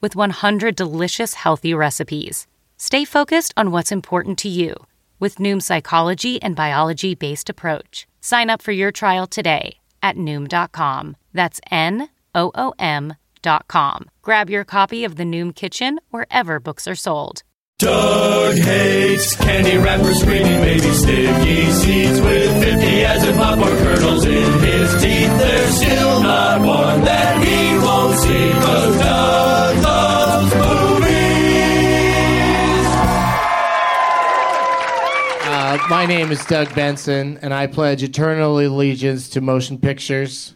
with 100 delicious healthy recipes. Stay focused on what's important to you with Noom's psychology and biology based approach. Sign up for your trial today at Noom.com. That's N O O M.com. Grab your copy of the Noom Kitchen wherever books are sold. Doug hates candy wrappers, screaming baby sticky seeds with 50 as in popcorn kernels in his teeth. There's still not one that he won't see, cause Doug loves movies. Uh, my name is Doug Benson, and I pledge eternal allegiance to motion pictures.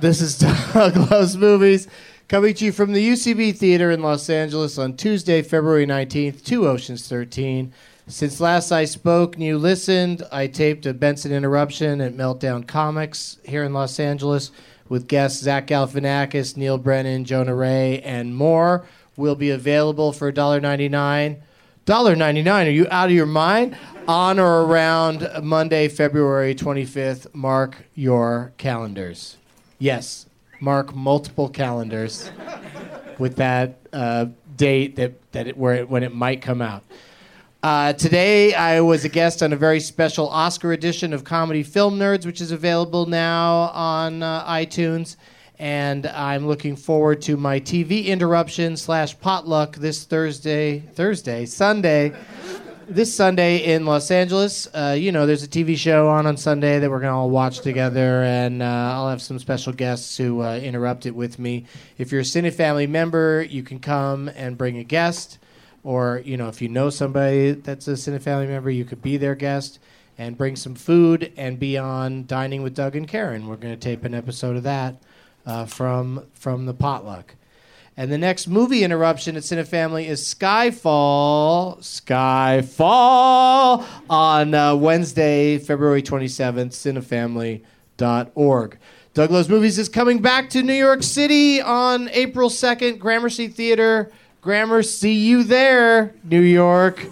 this is Doug Loves Movies, coming to you from the UCB Theater in Los Angeles on Tuesday, February 19th, to Oceans 13. Since last I spoke and you listened, I taped a Benson interruption at Meltdown Comics here in Los Angeles with guests Zach Galifianakis, Neil Brennan, Jonah Ray, and more. Will be available for $1.99. Dollar ninety nine. Are you out of your mind? On or around Monday, February twenty fifth. Mark your calendars. Yes, mark multiple calendars with that uh, date that that it, where it, when it might come out. Uh, today, I was a guest on a very special Oscar edition of Comedy Film Nerds, which is available now on uh, iTunes. And I'm looking forward to my TV interruption slash potluck this Thursday, Thursday, Sunday, this Sunday in Los Angeles. Uh, you know, there's a TV show on on Sunday that we're going to all watch together, and uh, I'll have some special guests who uh, interrupt it with me. If you're a Cine Family member, you can come and bring a guest, or you know, if you know somebody that's a Cine Family member, you could be their guest and bring some food and be on Dining with Doug and Karen. We're going to tape an episode of that uh, from from the potluck. And the next movie interruption at Cine Family is Skyfall. Skyfall on uh, Wednesday, February 27th, cinefamily.org. Douglas Movies is coming back to New York City on April 2nd, Gramercy Theater, Grammar, see you there, New York.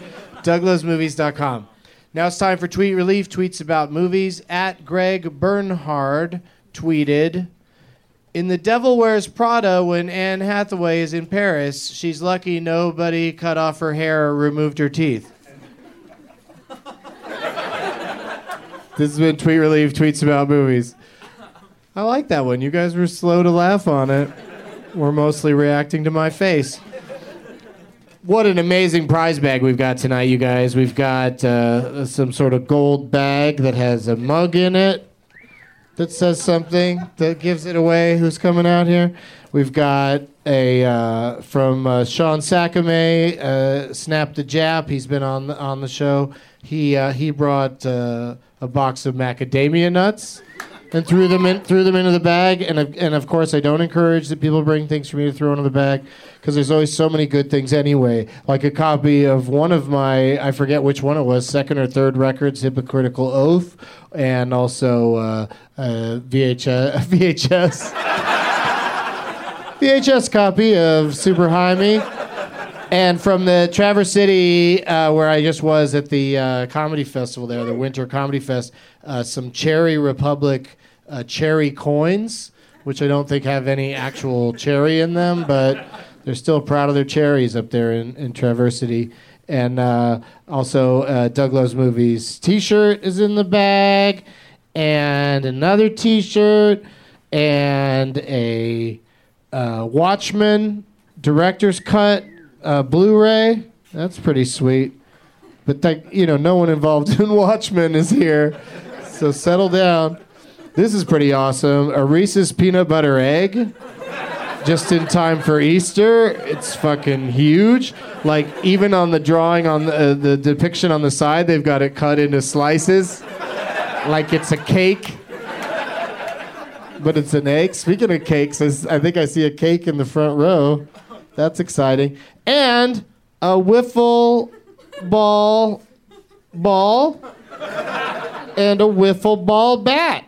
DouglasMovies.com. Now it's time for tweet relief. Tweets about movies. At Greg Bernhard tweeted. In The Devil Wears Prada, when Anne Hathaway is in Paris, she's lucky nobody cut off her hair or removed her teeth. this has been Tweet Relief Tweets About Movies. I like that one. You guys were slow to laugh on it. We're mostly reacting to my face. What an amazing prize bag we've got tonight, you guys. We've got uh, some sort of gold bag that has a mug in it that says something that gives it away who's coming out here. We've got a uh, from uh, Sean Sakame, uh, Snap the Jap. He's been on the, on the show. He uh, he brought uh, a box of macadamia nuts and threw them in threw them into the bag. And of- and of course, I don't encourage that people bring things for me to throw into the bag because there's always so many good things anyway. Like a copy of one of my I forget which one it was, second or third records, Hypocritical Oath, and also uh, uh, VHS. VHS. VHS copy of Super Jaime. And from the Traverse City, uh, where I just was at the uh, comedy festival there, the Winter Comedy Fest, uh, some Cherry Republic uh, cherry coins, which I don't think have any actual cherry in them, but they're still proud of their cherries up there in, in Traverse City. And uh, also, uh, Doug Loves Movies t shirt is in the bag, and another t shirt, and a uh, Watchmen director's cut uh, Blu-ray. That's pretty sweet. But like you know, no one involved in Watchmen is here, so settle down. This is pretty awesome. A Reese's peanut butter egg, just in time for Easter. It's fucking huge. Like even on the drawing on the, uh, the depiction on the side, they've got it cut into slices, like it's a cake but it's an egg. Speaking of cakes, I s- I think I see a cake in the front row. That's exciting. And a wiffle ball ball and a wiffle ball bat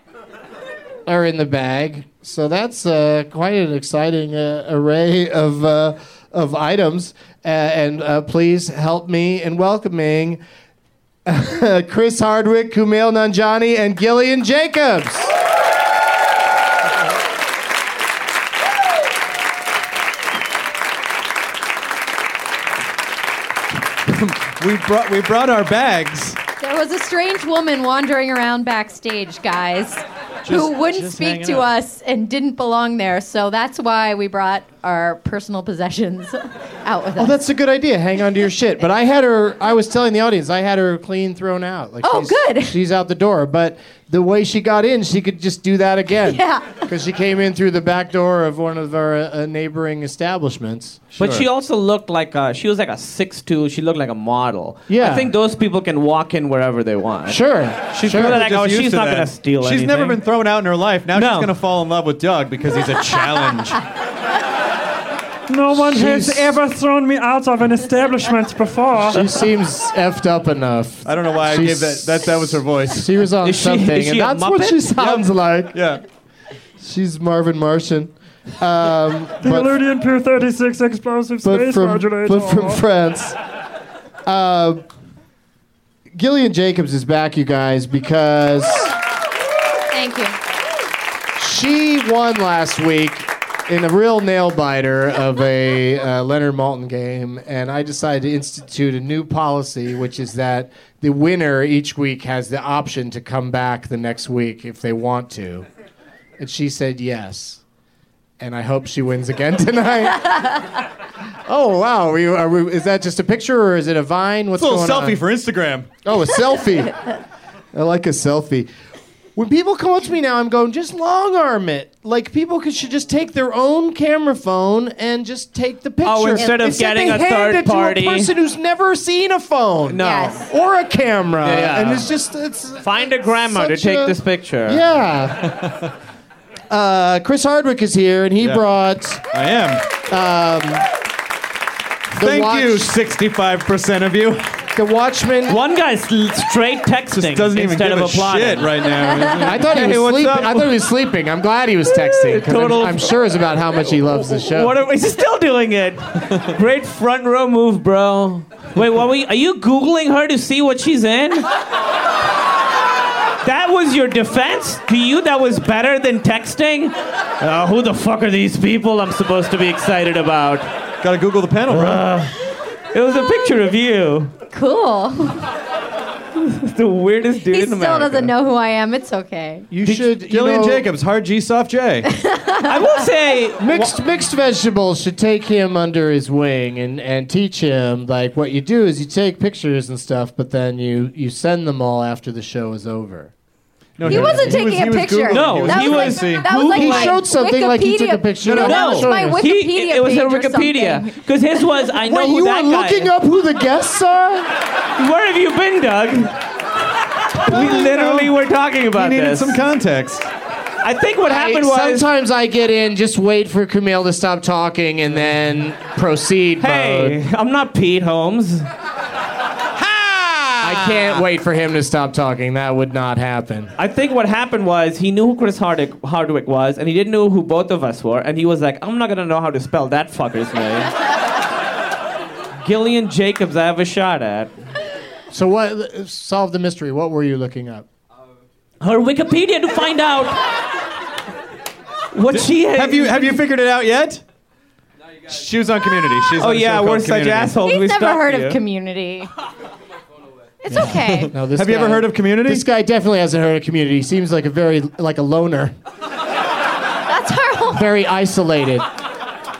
are in the bag. So that's uh, quite an exciting uh, array of uh, of items. Uh, and uh, please help me in welcoming Chris Hardwick, Kumail Nanjani, and Gillian Jacobs. We brought we brought our bags. There was a strange woman wandering around backstage, guys, who wouldn't just speak hanging to out. us and didn't belong there. So that's why we brought our personal possessions out with Oh, us. that's a good idea. Hang on to your shit. But I had her. I was telling the audience I had her clean thrown out. Like Oh, she's- good. She's out the door. But the way she got in, she could just do that again. Yeah. Because she came in through the back door of one of our uh, neighboring establishments. But she also looked like a, she was like a six two. She looked like a model. Yeah. I think those people can walk in wherever they want. Sure. She's sure. good at- Like, Just oh, used she's to not that. gonna steal She's anything. never been thrown out in her life. Now No. she's gonna fall in love with Doug because he's a challenge. No one Jeez. has ever thrown me out of an establishment before. She seems effed up enough. I don't know why I She's- gave that. That that was her voice. She was on Is she- something, is and she a that's what Muppet? she sounds like. Yeah. She's Marvin Martian. Um, The but- Illudian P 36 explosive but space from, modulator. but from France. Uh, Gillian Jacobs is back, you guys, because Thank you. she won last week in a real nail biter of a uh, Leonard Malton game, and I decided to institute a new policy, which is that the winner each week has the option to come back the next week if they want to. And she said yes. And I hope she wins again tonight. oh wow! Are you, are we, is that just a picture or is it a vine? What's It's a little going on? selfie for Instagram. Oh, a selfie. I like a selfie. When people come up to me now, I'm going, just long arm it. Like people could, should just take their own camera phone and just take the picture. Oh, instead of getting they a hand third it to party. a person who's never seen a phone No. Yes. or a camera, Yeah, yeah. and it's just it's Find a grandma to Such take a- this picture. yeah. Uh, Chris Hardwick is here, and he Yeah. brought I am. the Thank watch. you, 65% of you. The Watchmen. One guy's l- straight texting Doesn't even instead give of a applauding. shit right now. I thought he was Hey, what's sleeping. up? I thought he was sleeping. I'm glad he was texting. 'cause I'm- Total- I'm, sure it's about how much he loves the show. What are, he's still doing it. Great front row move, bro. Wait, what were you, are you googling her to see what she's in? That was your defense to you. That was better than texting. Uh, who the fuck are these people? I'm supposed to be excited about. Gotta Google the panel, bro. It was a picture of you. Cool. The weirdest dude He in still America. doesn't know who I am. It's okay. you should. you Gillian know, Jacobs, hard G, soft J. I will say, Mixed mixed vegetables should take him under his wing and, and teach him like what you do is you take pictures and stuff, but then you you send them all after the show is over. No, He wasn't taking was- a he was picture. Googling. No, he was, that he was, was- like, that was like He my showed something Wikipedia. like he took a picture. No, No, that no, was my no. Wikipedia he, it was a page or Wikipedia something. because his was. I know Wait, who you that were guy looking is. up who the guests are? Where have you been, Doug? We literally were talking He about needed this. some context. I think what happened I- was, sometimes I get in, just wait for Camille to stop talking, and then proceed. hey, mode. I'm not Pete Holmes. I can't wait for him to stop talking. That would not happen. I think what happened was he knew who Chris Hardwick, Hardwick was, and he didn't know who both of us were, and he was like, I'm not gonna know how to spell that fucker's name. Gillian Jacobs, I have a shot at. So what? Solve the mystery. What were you looking up? Her Wikipedia to find out what she is. Have you have you figured it out yet? She was on Community. She's Oh on a show yeah, called we're such Community. Oh, assholes. we He's never stalk heard you. of Community. It's okay. No, this Have you ever guy- heard of Community? This guy definitely hasn't heard of community. He seems like a very like a loner, That's our whole. very isolated.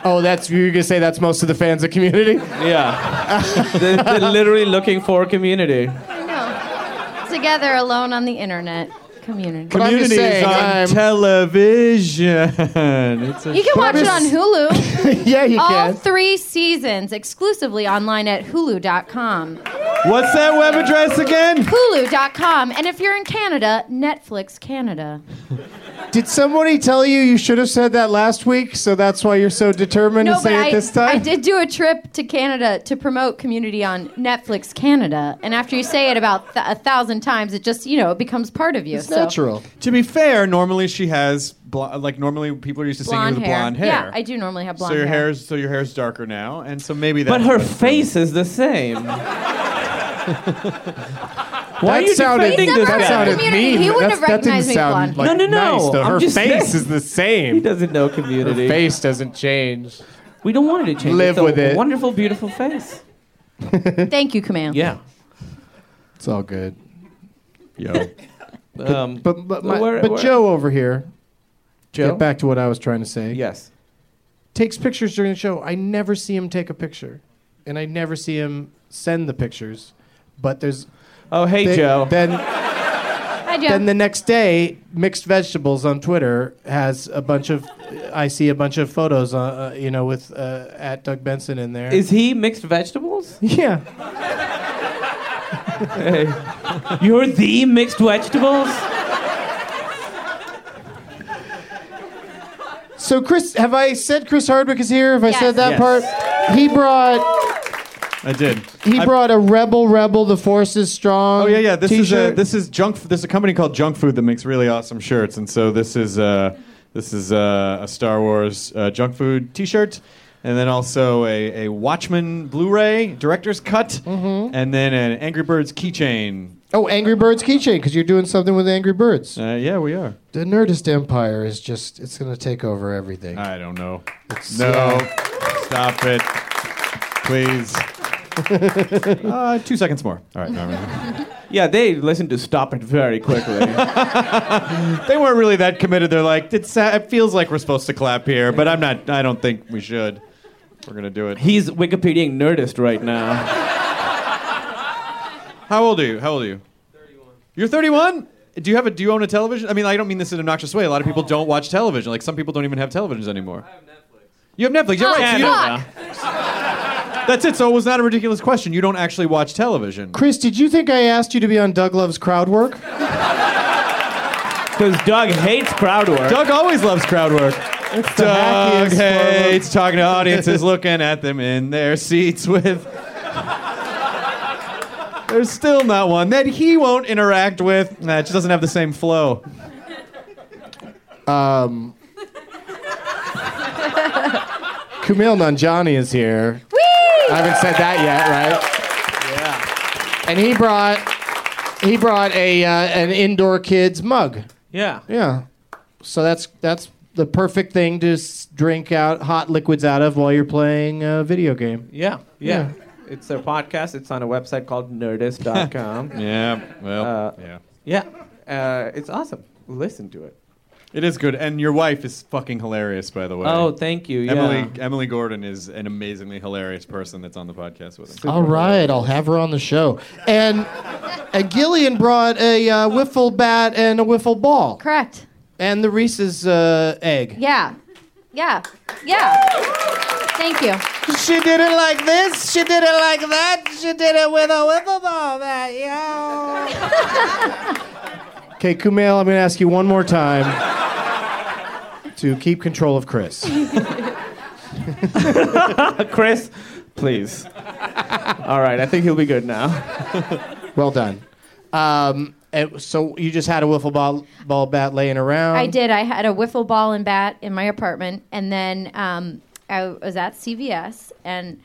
Oh, that's you're gonna say that's most of the fans of community. Yeah, they're, they're literally looking for community. I know. Together, alone on the internet, Community. But I'm just Community is saying, on I'm- television. It's a You can watch it on Hulu. yeah, you All can. three seasons exclusively online at Hulu.com. What's that web address again? Hulu.com. And if you're in Canada, Netflix Canada. Did somebody tell you you should have said that last week? So that's why you're so determined No, to but say I, it this time. I did do a trip to Canada to promote Community on Netflix Canada. And after you say it about th- a thousand times, it just, you know, it becomes part of you. It's so. natural. To be fair, normally she has bl- like normally people are used to seeing you Blonde with hair. blonde hair. Yeah, I do normally have blonde so your hair. hair's so your hair's darker now, and so maybe that. But her face is the same. Why are that you sounded defending He's this that never heard guy? of sounded Community. mean. He wouldn't That's- that have didn't recognized me sound blonde. like No, no, no. nice though. I'm Her just face saying. is the He same. doesn't know community. Her face doesn't change. We don't want her to change. Live it's with a it. Wonderful, beautiful face. Thank you, Camille. Yeah. It's all good. Yo. Um, But but, my, Where- but where- Joe over here. Joe. Get back to what I was trying to say. Yes. Takes pictures during the show. I never see him take a picture, and I never see him send the pictures. But there's Oh, hey, they- Joe. Then Hi, Joe. then the next day, mixed vegetables on Twitter has a bunch of. I see a bunch of photos, uh, uh, you know, with uh, at Doug Benson in there. Is he mixed vegetables? yeah. You're the mixed vegetables? So Chris, have I said Chris Hardwick is here? Have I Yes. said that Yes. part? He brought I did. he I- brought a rebel, rebel, the force is strong. Oh yeah, yeah. This is a, t-shirt. this is junk. f- This is a company called Junk Food that makes really awesome shirts, and so this is uh, this is uh, a Star Wars uh, junk food T-shirt, and then also a, a Watchmen Blu-ray director's cut, and then an Angry Birds keychain. Oh, Angry Birds keychain because you're doing something with Angry Birds. Uh, yeah, we are. The Nerdist Empire is just it's gonna take over everything. I don't know. It's- No, yeah. stop it, please. uh, two seconds more. All right. no, no. Yeah, they listen to Stop It very quickly. They weren't really that committed. They're like, it's, it feels like we're supposed to clap here, but I'm not. I don't think we should. We're gonna do it. He's Wikipediaing Nerdist right now. How old are you? How old are you? 31. You're 31? Do you have a do you own a television? I mean, I don't mean this in an obnoxious way. A lot of people don't watch television. Like some people don't even have televisions anymore. I have Netflix. You have Netflix. You're Oh, right. So you fuck. don't- that's it. So it was not a ridiculous question. You don't actually watch television. Chris, did you think I asked you to be on Doug Love's crowd work? Because Doug hates crowd work. Doug always loves crowd work. It's the Doug hackiest form of- hates talking to audiences, looking at them in their seats with There's still not one that he won't interact with. Nah, it just doesn't have the same flow. Kumail Nanjani is here. I haven't said that yet, right? Yeah. And he brought he brought a uh, an indoor kids mug. Yeah. Yeah. So that's that's the perfect thing to s- drink out hot liquids out of while you're playing a video game. Yeah. Yeah. It's their podcast. It's on a website called nerdist.com. Yeah, well, Uh, yeah. yeah. Uh, it's awesome. Listen to it. It is good, and your wife is fucking hilarious, by the way. Oh, thank you. Yeah. Emily Emily Gordon is an amazingly hilarious person that's on the podcast with us. All right, I'll have her on the show. And and Gillian brought a uh, wiffle bat and a wiffle ball Correct. and the Reese's uh, egg. Yeah. Yeah. Yeah. Thank you. She did it like this. She did it like that. She did it with a wiffle ball bat. Yeah. okay, Kumail, I'm going to ask you one more time to keep control of Chris. Chris, please. All right. I think he'll be good now. Well done. Um, and so you just had a wiffle ball, ball bat laying around. I did. I had a wiffle ball and bat in my apartment, and then um, I was at CVS, and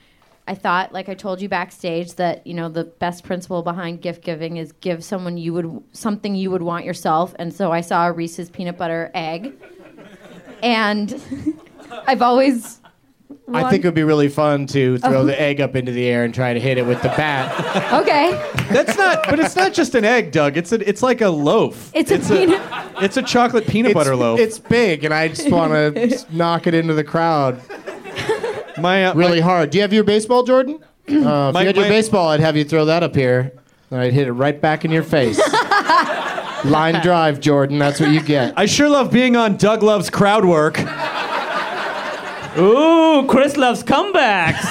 I thought, like I told you backstage, that you know the best principle behind gift giving is give someone you would something you would want yourself, and so I saw a Reese's peanut butter egg, and I've always. I wanted- think it would be really fun to throw the egg up into the air and try to hit it with the bat. okay. That's not, but it's not just an egg, Doug. It's a, it's like a loaf. It's a peanut. it's a chocolate peanut butter loaf. It's big, and I just want to knock it into the crowd my uh, really hard. Do you have your baseball, Jordan? Uh, if My- you had your my- baseball, I'd have you throw that up here, and I'd hit it right back in your face. Line drive, Jordan. That's what you get. I sure love being on Doug Love's crowd work. Ooh, Chris loves comebacks.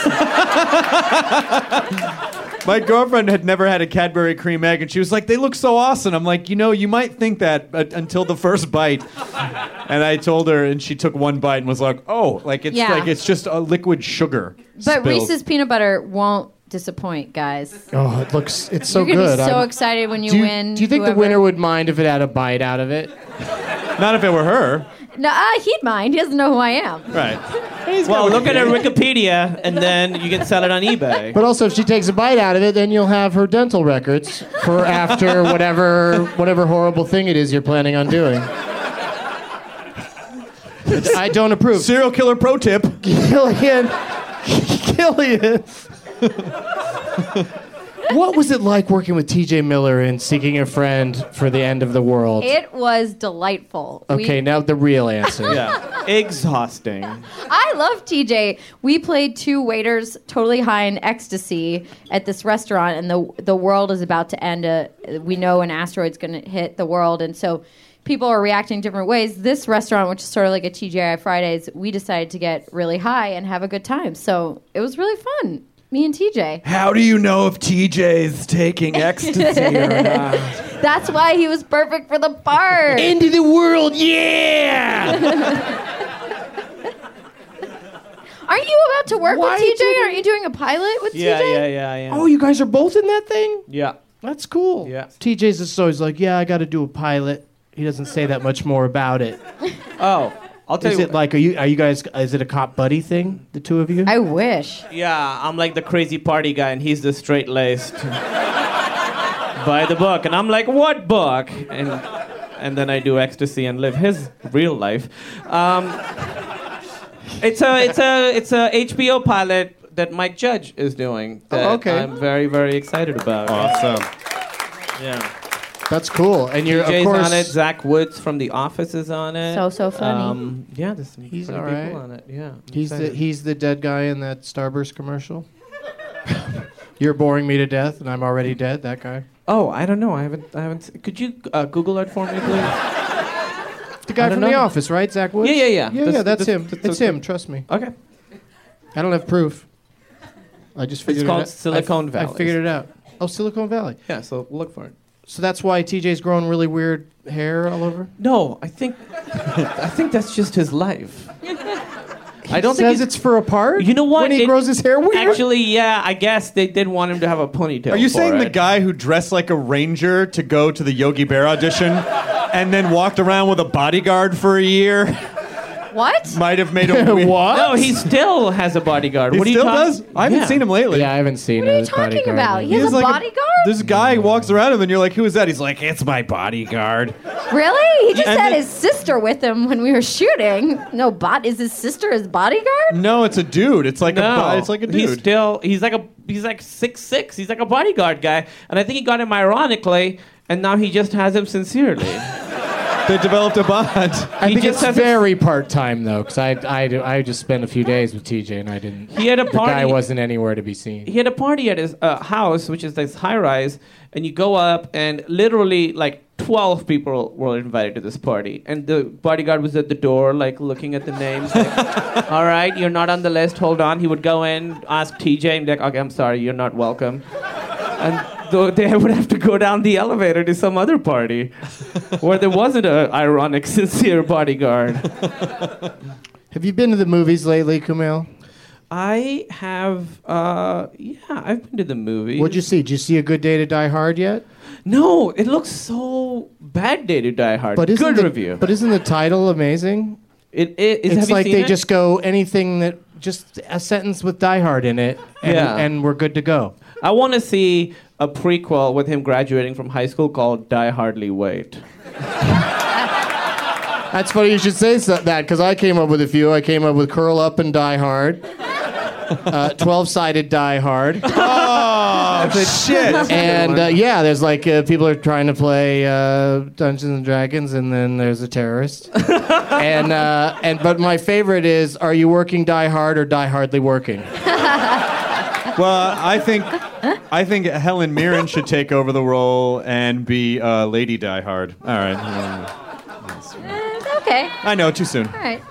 My girlfriend had never had a Cadbury cream egg, and she was like, "They look so awesome." I'm like, "You know, you might think that but until the first bite." And I told her, and she took one bite and was like, "Oh, like it's Yeah. like it's just a liquid sugar." But spilled." Reese's peanut butter won't disappoint, guys. Oh, it looks it's so You're gonna good. be so I'm- excited when you, do you, win. do you think whoever- the winner would mind if it had a bite out of it? Not if it were her, No, uh, he'd mind. He doesn't know who I am. right? well, look at her Wikipedia, and then you can sell it on eBay. But also, if she takes a bite out of it, then you'll have her dental records for after whatever whatever horrible thing it is you're planning on doing. I don't approve. Serial killer pro tip. Killian, Killian. what was it like working with T.J. Miller in Seeking a Friend for the End of the World? It was delightful. We- okay, now the real answer. Yeah. Exhausting. I love TJ. We played two waiters totally high in ecstasy at this restaurant, and the the world is about to end. A, we know an asteroid's going to hit the world, and so people are reacting different ways. This restaurant, which is sort of like a TGI Fridays, we decided to get really high and have a good time. So it was really fun. Me and TJ. How do you know if TJ's taking ecstasy or not? That's why he was perfect for the part. End of the world, yeah! Aren't you about to work Why with TJ? didn't- Aren't you doing a pilot with Yeah, TJ? yeah, yeah, yeah. oh, you guys are both in that thing? yeah. That's cool. Yeah. TJ's just always like, yeah, I got to do a pilot. He doesn't say that much more about it. Oh, I'll tell Is you. it like, are you are you guys? Is it a cop buddy thing? The two of you? I wish. yeah, I'm like the crazy party guy, and he's the straight laced. By the book, and I'm like, what book? And and then I do ecstasy and live his real life. Um, it's a it's a it's a HBO pilot that Mike Judge is doing. That okay. I'm very very excited about. Awesome. Yeah. That's cool. And you're Jay's of course. on it. Zach Woods from The Office is on it. So, so funny. Um, yeah, there's some He's pretty all right. people on it. Yeah. I'm He's the excited. he's the dead guy in that Starburst commercial. You're boring me to death, and I'm already dead. That guy. Oh, I don't know. I haven't. I haven't. Could you uh, Google it for me, please? The I guy don't from know. The Office, right? Zach Woods. Yeah, yeah, yeah. Yeah, That's- yeah. That's, that's- him. that's it's okay. him. Trust me. okay. I don't have proof. I just figured. called it out. Silicon I, f- Valley. I figured it out. Oh, Silicon Valley. Yeah. So look for it. So that's why TJ's growing really weird hair all over. No, I think. I think that's just his life. I don't think Says he's- it's for a part. You know what? When he It- grows his hair weird. Actually, yeah, I guess they did want him to have a ponytail. Are you for saying the it. guy who dressed like a ranger to go to the Yogi Bear audition and then walked around with a bodyguard for a year What? might have made a weird... What? No, he still has a bodyguard. He what are you still talking- does? I haven't Yeah. seen him lately. Yeah, I haven't seen What are you talking about? He has He's a like bodyguard? this guy walks around him and you're like, who is that? He's like, it's my bodyguard. Really? He just And had it- his sister with him when we were shooting. No, bot is his sister his bodyguard? No, it's a dude. It's like a No, bo- it's like a dude. He's still he's like a he's like six six. He's like a bodyguard guy, and I think he got him ironically, and now he just has him sincerely. they developed a bond. I He think just it's has a- very part time though, because I, I, do- I just spent a few days with TJ and I didn't. He had a The guy party. wasn't anywhere to be seen. he had a party at his uh, house, which is this high rise, and you go up, and literally like twelve people were invited to this party, and the bodyguard was at the door, like looking at the names. like, All right, you're not on the list. Hold on. He would go in, ask TJ, and be like, okay, I'm sorry, you're not welcome. And th- they would have to go down the elevator to some other party where there wasn't a ironic, sincere bodyguard. Have you been to the movies lately, Kumail? I have, uh, yeah, I've been to the movie. What'd you see? Did you see a Good Day to Die Hard yet? No, it looks so bad day to die hard. But isn't good the, review. But isn't the title amazing? it, it, is, it's have you like seen they it? just go anything that just a sentence with Die Hard in it, and, Yeah. and we're good to go. I want to see a prequel with him graduating from high school called Die Hardly Wait. That's funny you should say so, that because I came up with a few. I came up with Curl Up and Die Hard, Twelve Sided Die Hard, Oh, shit. and uh, yeah, there's like uh, people are trying to play uh, Dungeons and Dragons, and then there's a terrorist. and uh, and but my favorite is Are you working Die Hard or Die Hardly Working? well, I think I think Helen Mirren should take over the role and be uh, Lady Die Hard. All right. Eh, okay. I know, too soon. All right.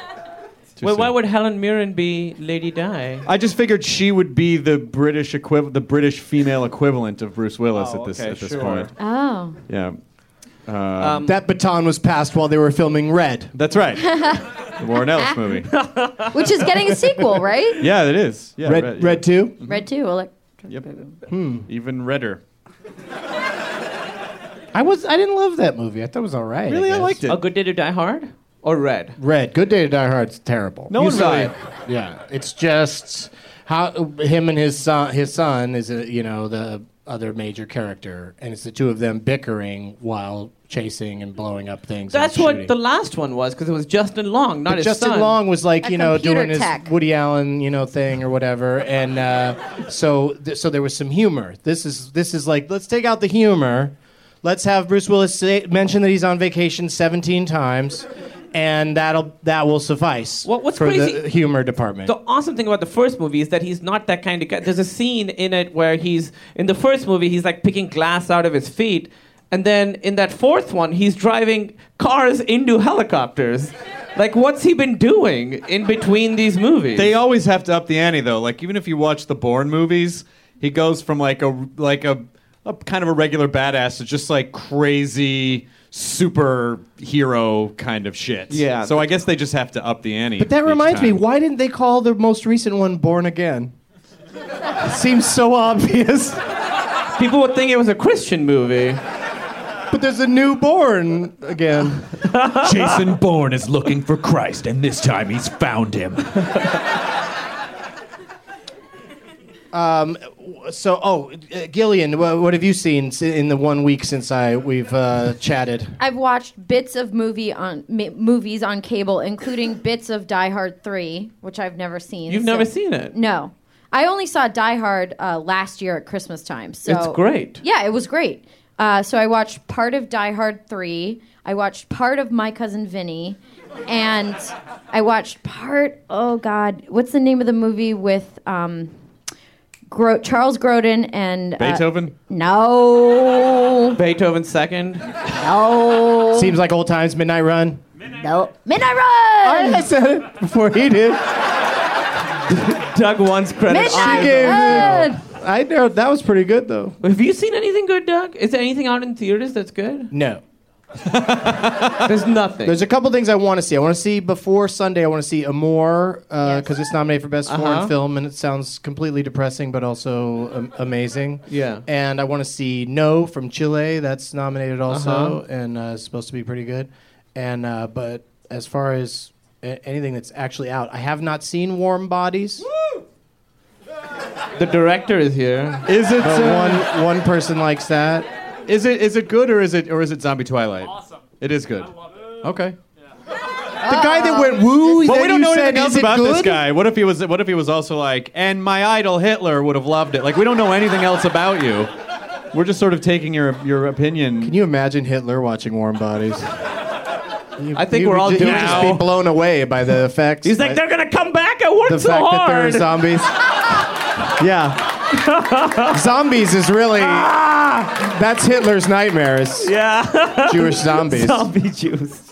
Too Well, soon. why would Helen Mirren be Lady Di? I just figured she would be the British equiv- the British female equivalent of Bruce Willis Oh, at this okay, at this sure. point. Oh. Yeah, Um, That baton was passed while they were filming Red. that's right. the Warren Ellis movie. Which is getting a sequel, right? Yeah, it is. Yeah, Red, yeah. Red Two. Red 2. Well, like, Yep. Even redder. I was I didn't love that movie. I thought it was all right. Really, I guess. liked it. A Good Day to Die Hard or Red? Red. Good Day to Die Hard's terrible. No you one saw really- it. Yeah, it's just how him and his son. His son is a, you know the other major character, and it's the two of them bickering while chasing and blowing up things. and That's what shooting. the last one was because it was Justin Long, not But his Justin son. Long was like A you know computer doing tech. his Woody Allen you know thing or whatever, and uh, so th- so there was some humor. This is this is like let's take out the humor, let's have Bruce Willis say, mention that he's on vacation 17 times, and that'll that will suffice What- what's for the crazy- humor department. The awesome thing about the first movie is that he's not that kind of guy. There's a scene in it where he's in the first movie he's like picking glass out of his feet, and then in that fourth one he's driving cars into helicopters. Like what's he been doing in between these movies? They always have to up the ante though. Like even if you watch the Bourne movies, he goes from like a like a, a kind of a regular badass to just like crazy superhero kind of shit. Yeah. So I guess they just have to up the ante. but that each reminds me, time. why didn't they call the most recent one Born Again? Seems so obvious. People would think it was a Christian movie. But there's a new born again. Jason Bourne is looking for Christ, and this time he's found him. So, oh, uh, Gillian, wha- what have you seen s- in the one week since I we've uh, chatted? I've watched bits of movie on mi- movies on cable, including bits of Die Hard 3, which I've never seen. You've so- never seen it. No. I only saw Die Hard uh, last year at Christmas time. So It's great. Yeah, it was great. Uh, so I watched part of Die Hard 3. I watched part of My Cousin Vinny. And I watched part, oh God, what's the name of the movie with um, Gro- Charles Grodin and. uh, Beethoven? no. Beethoven second. No. Seems like old times, Midnight Run. no. Midnight Run! I said it before he did. Doug wants credit. Midnight gave it- Run! I know that was pretty good though. Have you seen anything good, Doug? Is there anything out in theaters that's good? No, There's nothing. There's a couple things I want to see. I want to see before Sunday. I want to see Amour because it's nominated for Best Foreign Uh-huh. Film, and it sounds completely depressing, but also um, amazing. Yeah. And I want to see No from Chile. That's nominated also, Uh-huh. and uh, it's supposed to be pretty good. And uh, but as far as a- anything that's actually out, I have not seen Warm Bodies. the director is here. Is it But uh, one one person likes that. is it is it good or is it or is it Zombie Twilight? Awesome. It is good. Okay. The guy that went woo. Ah. But that we don't you know said, anything else "Is it about this good?" guy. What if he was? What if he was also like, and my idol Hitler would have loved it. Like we don't know anything else about you. We're just sort of taking your your opinion. Can you imagine Hitler watching Warm Bodies? I think we're all ju- doing you'd just be now. blown away by the effects. He's by like, they're gonna come back. I worked the so fact that there are hard. zombies. yeah. zombies is really that's Hitler's nightmare is Ah! yeah, Jewish zombies. zombie juice.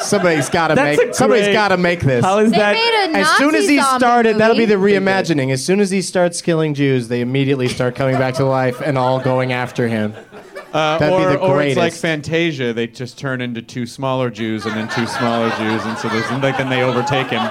Somebody's got to That's make a somebody's great- got to make this. How is They that? made a as Nazi soon as he zombie started, that'll be the movie. reimagining. As soon as he starts killing Jews, they immediately start coming back to life and all going after him. Uh, That'd be or, the or it's like greatest. Fantasia. They just turn into two smaller Jews and then two smaller Jews, and so there's like then they overtake him.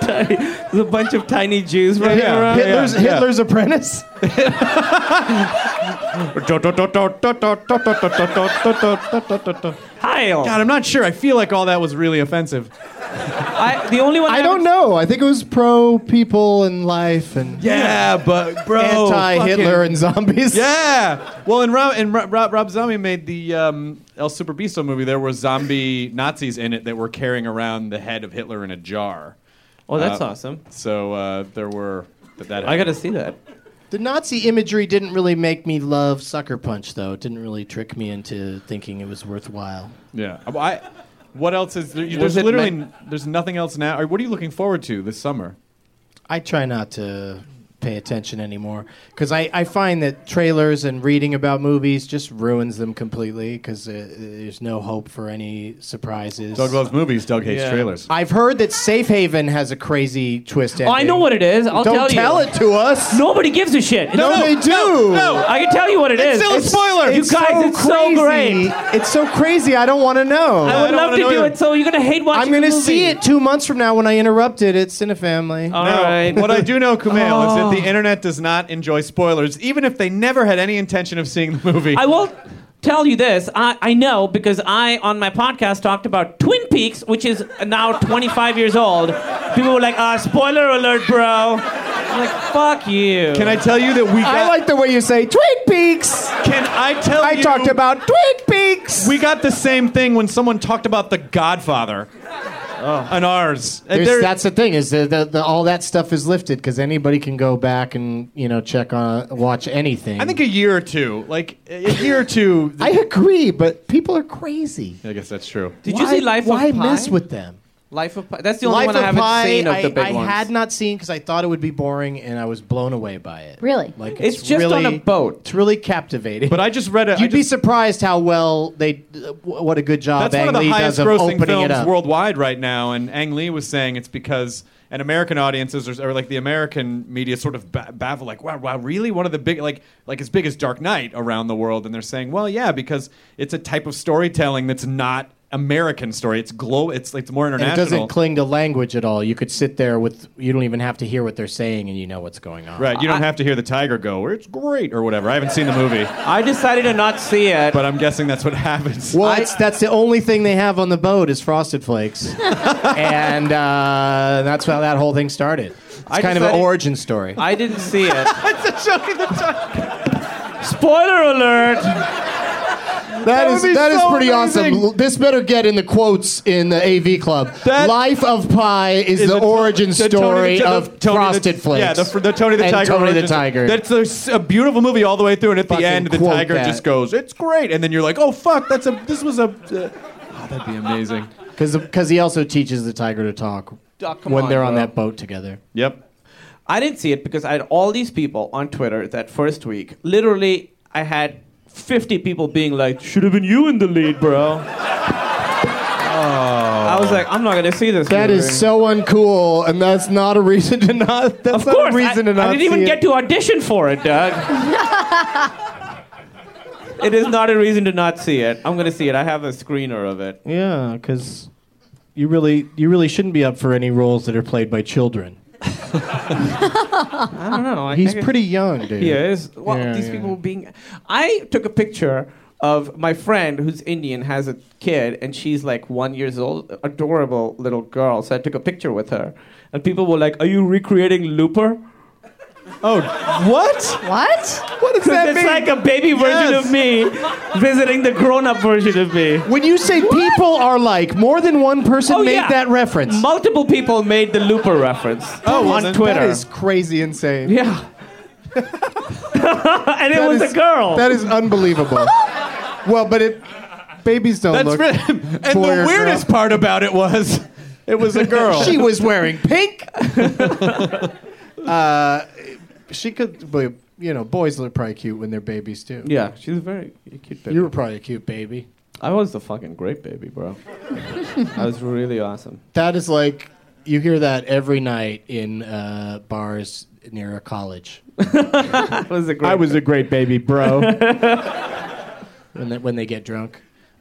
There's a bunch of tiny Jews running yeah. around. Hitler- Hitler's yeah. Hitler's apprentice. God, Heil. I'm not sure. I feel like all that was really offensive. I, the only one I don't haven't- know. I think it was pro people and life and Yeah, but bro, anti Hitler fucking- and zombies. Yeah. Well, and Rob and Rob, Rob, Rob Zombie made the um, El Super Bisto movie. There were zombie Nazis in it that were carrying around the head of Hitler in a jar. Oh, that's Uh, awesome. So uh, there were that. that I gotta see that. The Nazi imagery didn't really make me love Sucker Punch, though. It didn't really trick me into thinking it was worthwhile. Yeah. Well, I, what else is there? Was There's it literally meant- there's nothing else now. Or What are you looking forward to this summer? I try not to pay attention anymore because I, I find that trailers and reading about movies just ruins them completely because uh, there's no hope for any surprises. Doug loves movies. Doug hates Yeah. trailers. I've heard that Safe Haven has a crazy twist ending. Oh, I know what it is. I'll Don't tell, you. it to us. Nobody gives a shit. No, they do. I can tell you what it It's is. still a spoiler. You It's guys, it's so great. It's so crazy. I don't want to know. I I would don't love wanna to know do either. it, so you're gonna hate watching. I'm gonna the movie. see it two months from now when I interrupt it at Cinefamily. All Now, right. Oh. What I do know, Kumail, is that the internet does not enjoy spoilers, even if they never had any intention of seeing the movie. I will tell you this. I, I know because I, on my podcast, talked about Twin Peaks, which is now 25 years old. People were like, ah, spoiler alert, bro. I'm like, fuck you. Can I tell you that we? Got, I like the way you say Twin Peaks. Can I tell I you? talked about Twin Peaks. We got the same thing when someone talked about The Godfather. And ours. And there- Oh. that's the thing is that the, the, all that stuff is lifted because anybody can go back and you know check on watch anything. I think a year or two, like a year or two. I agree, but people are crazy. I guess that's true. Did you see Life why of Pi? mess with them? Life of Pi? That's the Life only one I of haven't Pi, seen of I, the big I ones. had not seen because I thought it would be boring, and I was blown away by it. Really? Like it's, It's just really, on a boat. It's really captivating. But I just read it. You'd be surprised how well they, uh, what a good job That's one Ang of the Lee does highest of grossing opening it films up. worldwide right now. And Ang Lee was saying it's because an American audiences or, or like the American media sort of ba- baffled, like, wow, wow, really? One of the big, like, like as big as Dark Knight around the world. And they're saying, well, yeah, because it's a type of storytelling that's not American story. It's glow. It's it's more And international. it doesn't cling to language at all. You could sit there with, you don't even have to hear what they're saying, and you know what's going on. Right, you don't have to hear the tiger go, or it's great, or whatever. I haven't seen the movie, I decided to not see it. but I'm guessing that's what happens. Well, it's, that's the only thing they have on the boat is Frosted Flakes, and uh, that's how that whole thing started. It's I kind of an decided- origin story. I didn't see it. Spoiler alert! that would is be that is so pretty amazing. awesome. L- This better get in the quotes in the AV Club. That- Life of Pi is, Is the it Tony- origin the Tony the- story the of Tony the- Frosted Flakes. Yeah, the, the Tony the and Tiger. Tony the origin- Tiger. That's a s- a, beautiful movie all the way through, and at the Fucking end, the quote tiger that. just goes, "It's great," and then you're like, "Oh fuck, that's a this was a." Uh, oh, that'd be amazing. Because he also teaches the tiger to talk Ah, Oh, come when on, they're on bro. that boat together. Yep. I didn't see it because I had all these people on Twitter that first week. Literally, I had 50 people being like, should have been you in the lead, bro. I was like, I'm not going to see this. That is movie. so uncool, and that's not a reason to not. That's Of course, not a reason I, to not. I didn't even see it. get to audition for it, Doug. It is not a reason to not see it. I'm gonna see it. I have a screener of it. Yeah, because you really you really shouldn't be up for any roles that are played by children. I don't know. I Ah, He's think it- pretty young, dude. He is. Well, Yeah, these yeah. people being. I took a picture of my friend who's Indian has a kid and she's like one years old, adorable little girl. So I took a picture with her, and people were like, "Are you recreating Looper?" Oh, what? What? What does that It's mean? like a baby version Yes. of me visiting the grown-up version of me. When you say people are like, more than one person Oh, made yeah. that reference. Multiple people made the Looper reference. Oh, on well, then Twitter. That is crazy insane. yeah. and it That was is- a girl. That is unbelievable. well, but it babies don't That's look. really, and boy or the girl. weirdest part about it was, it was a girl. She was wearing pink. uh, she could, but you know, boys look probably cute when they're babies too. yeah, she's a very cute baby. You were probably a cute baby. I was the fucking great baby, bro. I was really awesome. That is like you hear that every night in uh, bars near a college. I was a great. I was a great baby, bro. when they, when they get drunk.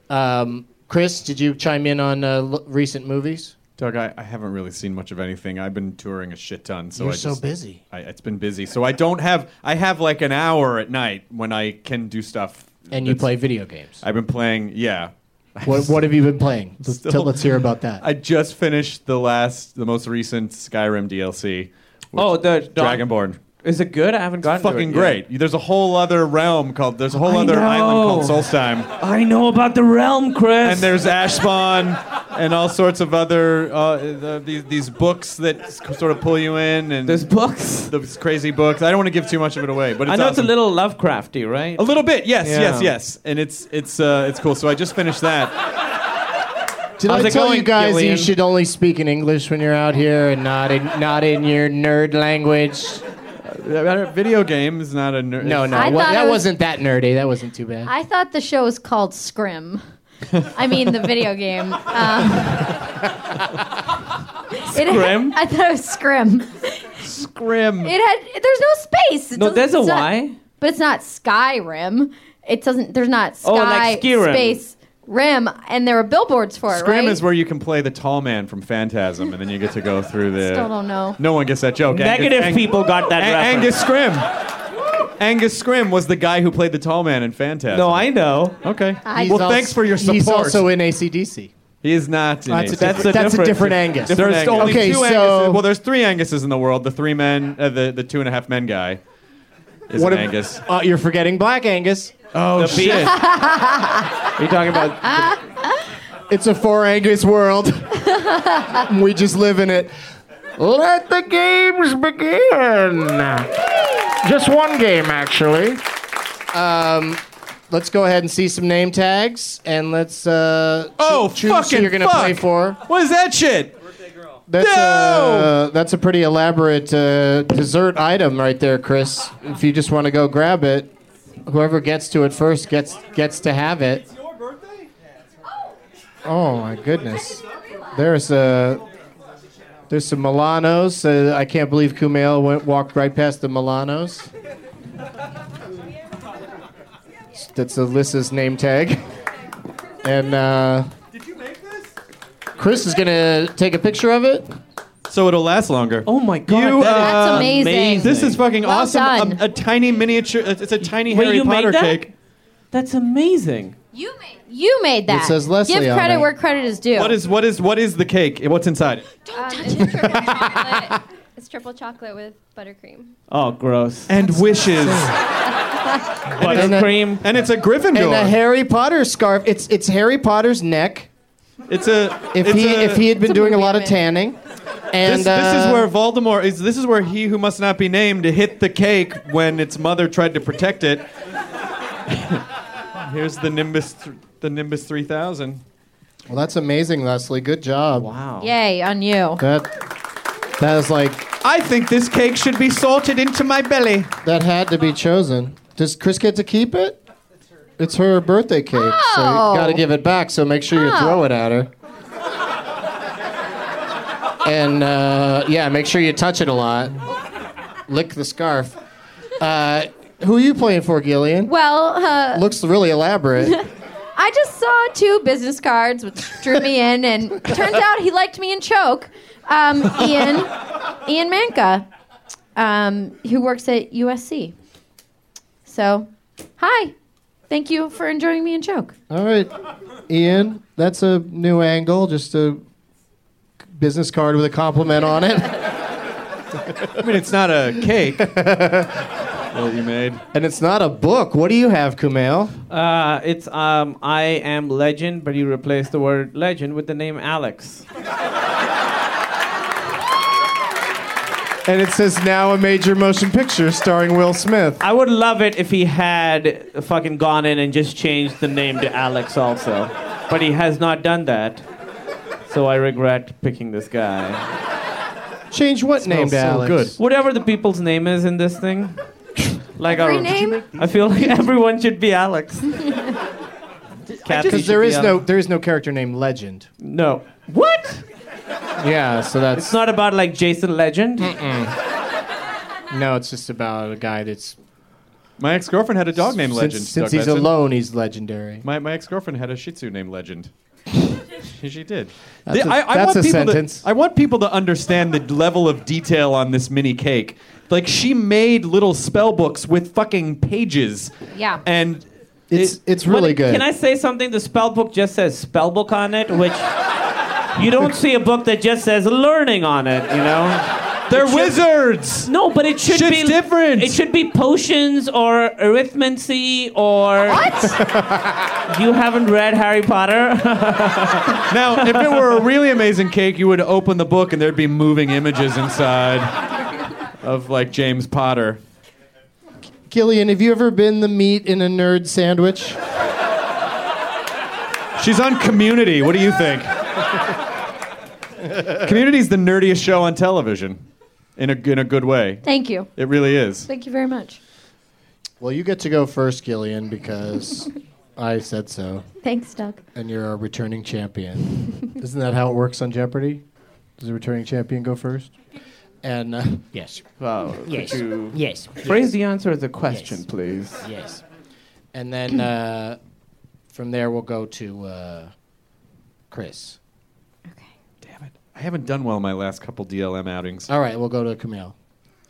Um, Chris, did you chime in on uh, l- recent movies? Doug, I, I haven't really seen much of anything. I've been touring a shit ton, so You're I so just, busy. I, it's been busy, so I don't have. I have like an hour at night when I can do stuff. And you that's- play video games. I've been playing. Yeah. I What, just- what have you been playing? Let's, Still- tell- let's hear about that. I just finished the last, the most recent Skyrim DLC. which- Oh, the Dragonborn. Is it good? I haven't gotten. to Fucking it yet. great. There's a whole other realm called. There's a whole I other island called know. Solstheim. I know about the realm, Chris. and there's Ashbon and all sorts of other uh, the, these, these books that s- sort of pull you in and there's books. those crazy books. I don't want to give too much of it away, but it's I know it's a awesome. little Lovecrafty, right? a little bit. Yes, Yeah. yes, yes. And it's it's uh, it's cool. So I just finished that. Did How's I it tell going, you guys you Gillian? should only speak in English when you're out here and not in not in your nerd language? Uh, Video game is not a nerd. No, no, I what- thought that it was- was, not that nerdy. That wasn't too bad. I thought the show was called Scrim. I mean, the video game. Um, Scrim? It, I thought it was Scrim. Grim. It had. There's no space. It No, doesn't- there's a it's not- Y. but it's not Skyrim. It doesn't. There's not sky Oh, like Skyrim. space rim, and there are billboards for it. Scrim right? is where you can play the tall man from Phantasm, and then you get to go through the. Still don't know. No one gets that joke. Negative Angus, Ang- people got that Ang- reference. Angus Scrim. Angus Scrim was the guy who played the tall man in Phantasm. no, I know. Okay. I- well, Ah, He's thanks for your support. He's also in ACDC. He is not. In That's a, Ace. that's a that's a different- different Angus. There's Angus. only Okay, two so- Anguses. Well, there's three Anguses in the world. The three men, uh, the the two and a half men guy, is What an ab- Angus. Uh, you're forgetting Black Angus. Oh The shit! beast. Are you talking about? It's a four Angus world. we just live in it. Let the games begin. Just one game, actually. Um, let's go ahead and see some name tags, and let's uh, cho- Oh choose fucking who you're gonna fuck. play for. What is that shit? uh, That's No! a that's a pretty elaborate uh, dessert item right there, Chris. If you just want to go grab it, whoever gets to it first gets gets to have it. Oh my goodness! There's a there's some Milanos. Uh, I can't believe Kumail went walked right past the Milanos. That's Alyssa's name tag, and uh, Chris is gonna take a picture of it. So it'll last longer. Oh my god, You, that is uh, That's amazing. This is fucking Well awesome. done. A, a tiny miniature. It's a tiny Wait, Harry you made Potter that? cake. That's amazing. You made. You made that. says Leslie Give on credit it. where credit is due. What Oh. is what is what is the cake? What's inside it? Um, it's triple chocolate. It's triple chocolate with buttercream. Oh, gross. And wishes. uh, Buttercream. and it's a And a Gryffindor. Harry Potter scarf. It's it's Harry Potter's neck. it's a. If it's he a- if he had been a doing a movie lot of I'm in. tanning, and this, this is uh, where Voldemort is. This is where he who must not be named hit the cake when its mother tried to protect it. Here's the Nimbus, th- the Nimbus 3000. well, that's amazing, Leslie. Good job. Wow. Yay on you. That that is like I think this cake should be salted into my belly. that had to be chosen. Does Chris get to keep it? It's her birthday cake, so Oh. Ah. you got to give it back. So make sure you throw it at her. And uh, yeah, make sure you touch it a lot. Lick the scarf. Uh, Who are you playing for, Gillian? Well, uh, Looks really elaborate. I just saw two business cards, which drew me in, and turns out he liked me in Choke. Um, Ian, Ian Manka, um, who works at USC. So, hi. Thank you for enjoying me in Choke. All right, Ian, that's a new angle. Just a business card with a compliment on it, I mean, it's not a cake that you made. and it's not a book. What do you have, Kumail? Uh, it's um, I am legend, but you replace the word legend with the name Alex. And it says now a major motion picture starring Will Smith. I would love it if he had fucking gone in and just changed the name to Alex also. But he has not done that. So I regret picking this guy. Change what name to so Alex? good. Whatever the people's name is in this thing. Like oh. Every our, name? I feel like everyone should be Alex. Kathy Because should there be is Alex. no there is no character named Legend. No. What? Yeah, so that's It's not about like Jason Legend. Mm, no. It's just about a guy that's My ex girlfriend had a dog named since, Legend. Since Doug he's Benson. alone, he's legendary. My, my ex girlfriend had a Shih Tzu named Legend. she she did. That's The- a- I- I that's want a people to- sentence. I want people to understand the level of detail on this mini cake. Like she made little spell books with fucking pages. Yeah. And It's it- it's really But good. Can I say something? The spell book just says spell book on it, which you don't see a book that just says learning on it, you know? they're wizards. No, but it should Shit's be different. It should be potions or arithmancy or What? you haven't read Harry Potter. Now, if it were a really amazing cake, you would open the book and there'd be moving images inside of like James Potter. Gillian, have you ever been the meat in a nerd sandwich? She's on Community. What do you think? Community's the nerdiest show on television, in a in a good way. Thank you. It really is. Thank you very much. Well, you get to go first, Gillian, because I said so, Thanks, Doug. and you're our returning champion. Isn't that how it works on Jeopardy? Does the returning champion go first? And uh, Yes. Wow. Yes. Yes. Phrase the answer as a question, Yes. please. Yes. and then uh, from there we'll go to uh, Chris. Damn it! I haven't done well in my last couple DLM outings. All right, we'll go to Camille.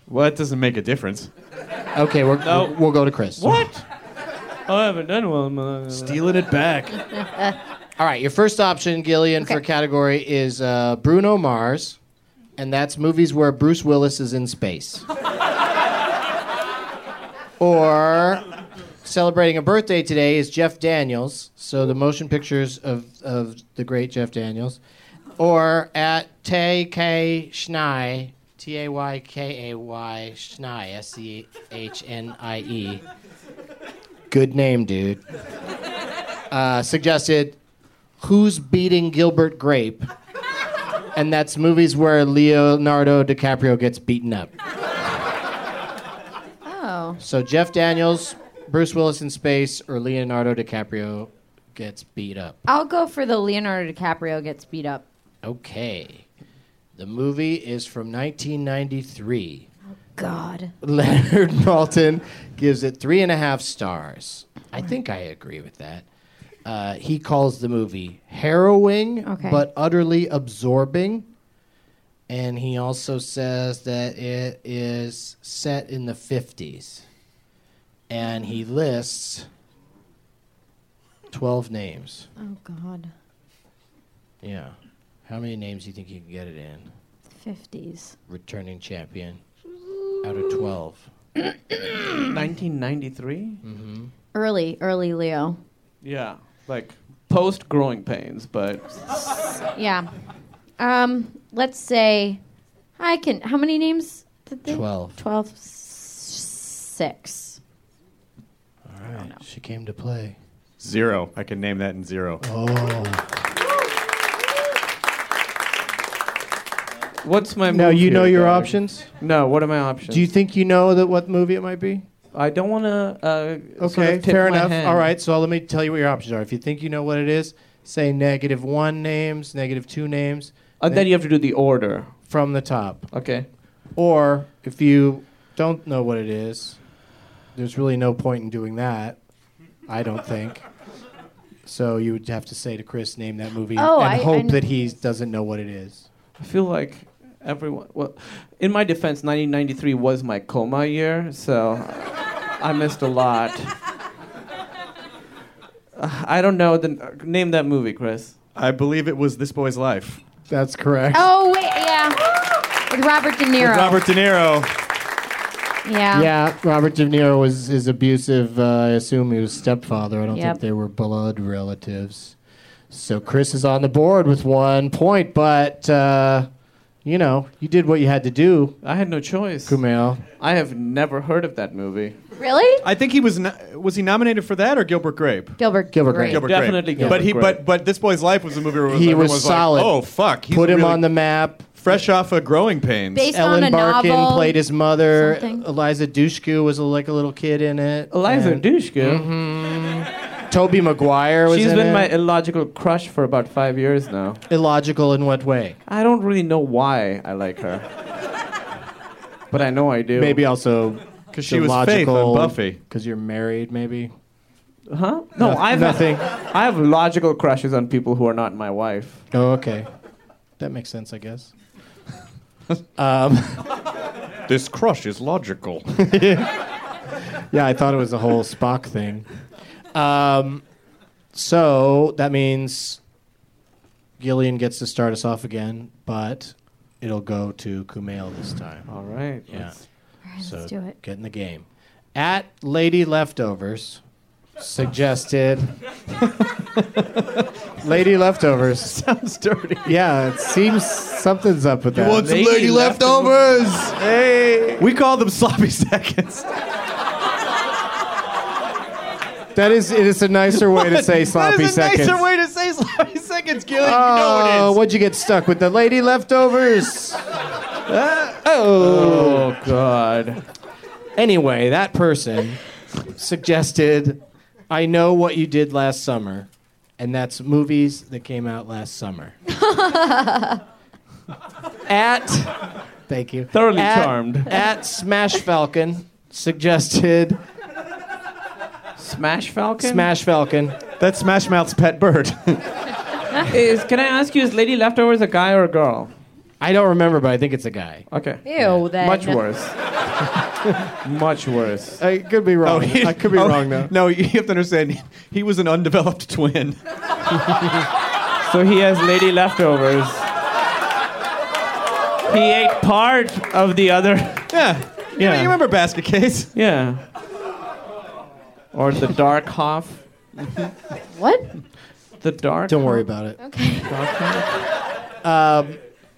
Well, that doesn't make a difference. Okay, we're, we'll, we'll go to Chris. What? I haven't done well. Stealing it back. All right, your first option, Gillian, for category is uh, Bruno Mars, and that's movies where Bruce Willis is in space. or celebrating a birthday today is Jeff Daniels, so the motion pictures of, of the great Jeff Daniels. Or at Tay K Schnei, T A Y K A Y Schnei, S C H N I E. Good name, dude. Uh, suggested Who's Beating Gilbert Grape? And that's movies where Leonardo DiCaprio gets beaten up. Oh, So Jeff Daniels, Bruce Willis in space, or Leonardo DiCaprio gets beat up. I'll go for the Leonardo DiCaprio gets beat up. Okay. The movie is from 1993. God. Leonard Maltin gives it three and a half stars. I think I agree with that. Uh, he calls the movie harrowing, Okay. but utterly absorbing. And he also says that it is set in the 50s. And he lists 12 names. Oh God. Yeah. How many names do you think you can get it in? Fifties. Returning champion out of 12. 1993? Early, early Leo. Yeah. Like post growing pains, but Yeah. Um, let's say I can. How many names? Did they? 12. Twelve. s- Six. All right. She came to play. Zero. I can name that in zero. Oh. what's my Now move you know here, uh, your Doug? options. No, what are my options? Do you think you know that what movie it might be? I don't want to. Uh, sort of Okay, tip fair my enough. hand. All right, so let me tell you what your options are. If you think you know what it is, say negative one names, negative two names And then you have to do the order. from the top. Okay. Or if you don't know what it is, there's really no point in doing that. I don't think. So you would have to say to Chris, name that movie, Oh, and I- I hope kn- that he doesn't know what it is. I feel like everyone. Well, in my defense, 1993 was my coma year, so I missed a lot. Uh, I don't know. The, uh, name that movie, Chris. I believe it was This Boy's Life. That's correct. Oh wait, yeah, with Robert De Niro. With Robert De Niro. Yeah. Yeah, Robert De Niro was his abusive. Uh, I assume he was stepfather. I don't Yep. think they were blood relatives. So Chris is on the board with one point, but uh, you know you did what you had to do, I had no choice. Kumail. I have never heard of that movie. Really? I think he was no- was he nominated for that or Gilbert Grape? Gilbert. Gilbert Grape. Gilbert Definitely Grape. Gilbert but he Grape. but but This Boy's Life was a movie where He everyone was solid. Like, oh fuck! he's Put him really on the map. fresh off of Growing Pains. Based on Ellen a Barkin novel. played his mother. something. Eliza Dushku was a, like a little kid in it. Eliza And Mm-hmm. Dushku. Toby Maguire was She's in been it. my illogical crush for about five years now. Illogical in what way? I don't really know why I like her, but I know I do. Maybe also because she was Faith on Buffy. Because you're married, maybe. Huh? No, I've nothing. I have logical crushes on people who are not my wife. Oh, okay. That makes sense, I guess. This crush is logical. Yeah, I thought it was a whole Spock thing. Um, so that means Gillian gets to start us off again, but it'll go to Kumail this time. All right. Yeah. let's- so let's do it. Get in the game. At Lady Leftovers suggested. Lady Leftovers. Sounds dirty. Yeah, it seems something's up with that. Lady leftovers? hey, we call them sloppy seconds. That is, it is a nicer way to say sloppy that is a seconds. nicer way to say sloppy seconds, Gilly. you know it Oh, is. what'd you get stuck with? The lady leftovers. Oh God. Anyway, that person suggested, I know what you did last summer, and that's movies that came out last summer. at, thank you. Thoroughly At- charmed. At Smash Falcon suggested Smash Falcon. Smash Falcon. That's Smash Mouth's pet bird. Is, can I ask you, is Lady Leftovers a guy or a girl? I don't remember, but I think it's a guy. Okay. Ew, then. Much worse. Much worse. I could be wrong. I could be Oh, wrong though. No, you have to understand. He was an undeveloped twin. So he has Lady Leftovers. He ate part of the other. Yeah. Yeah. You remember Basket Case? Yeah. Or the Dark Hoff. What? The Dark. Don't worry about it. Okay.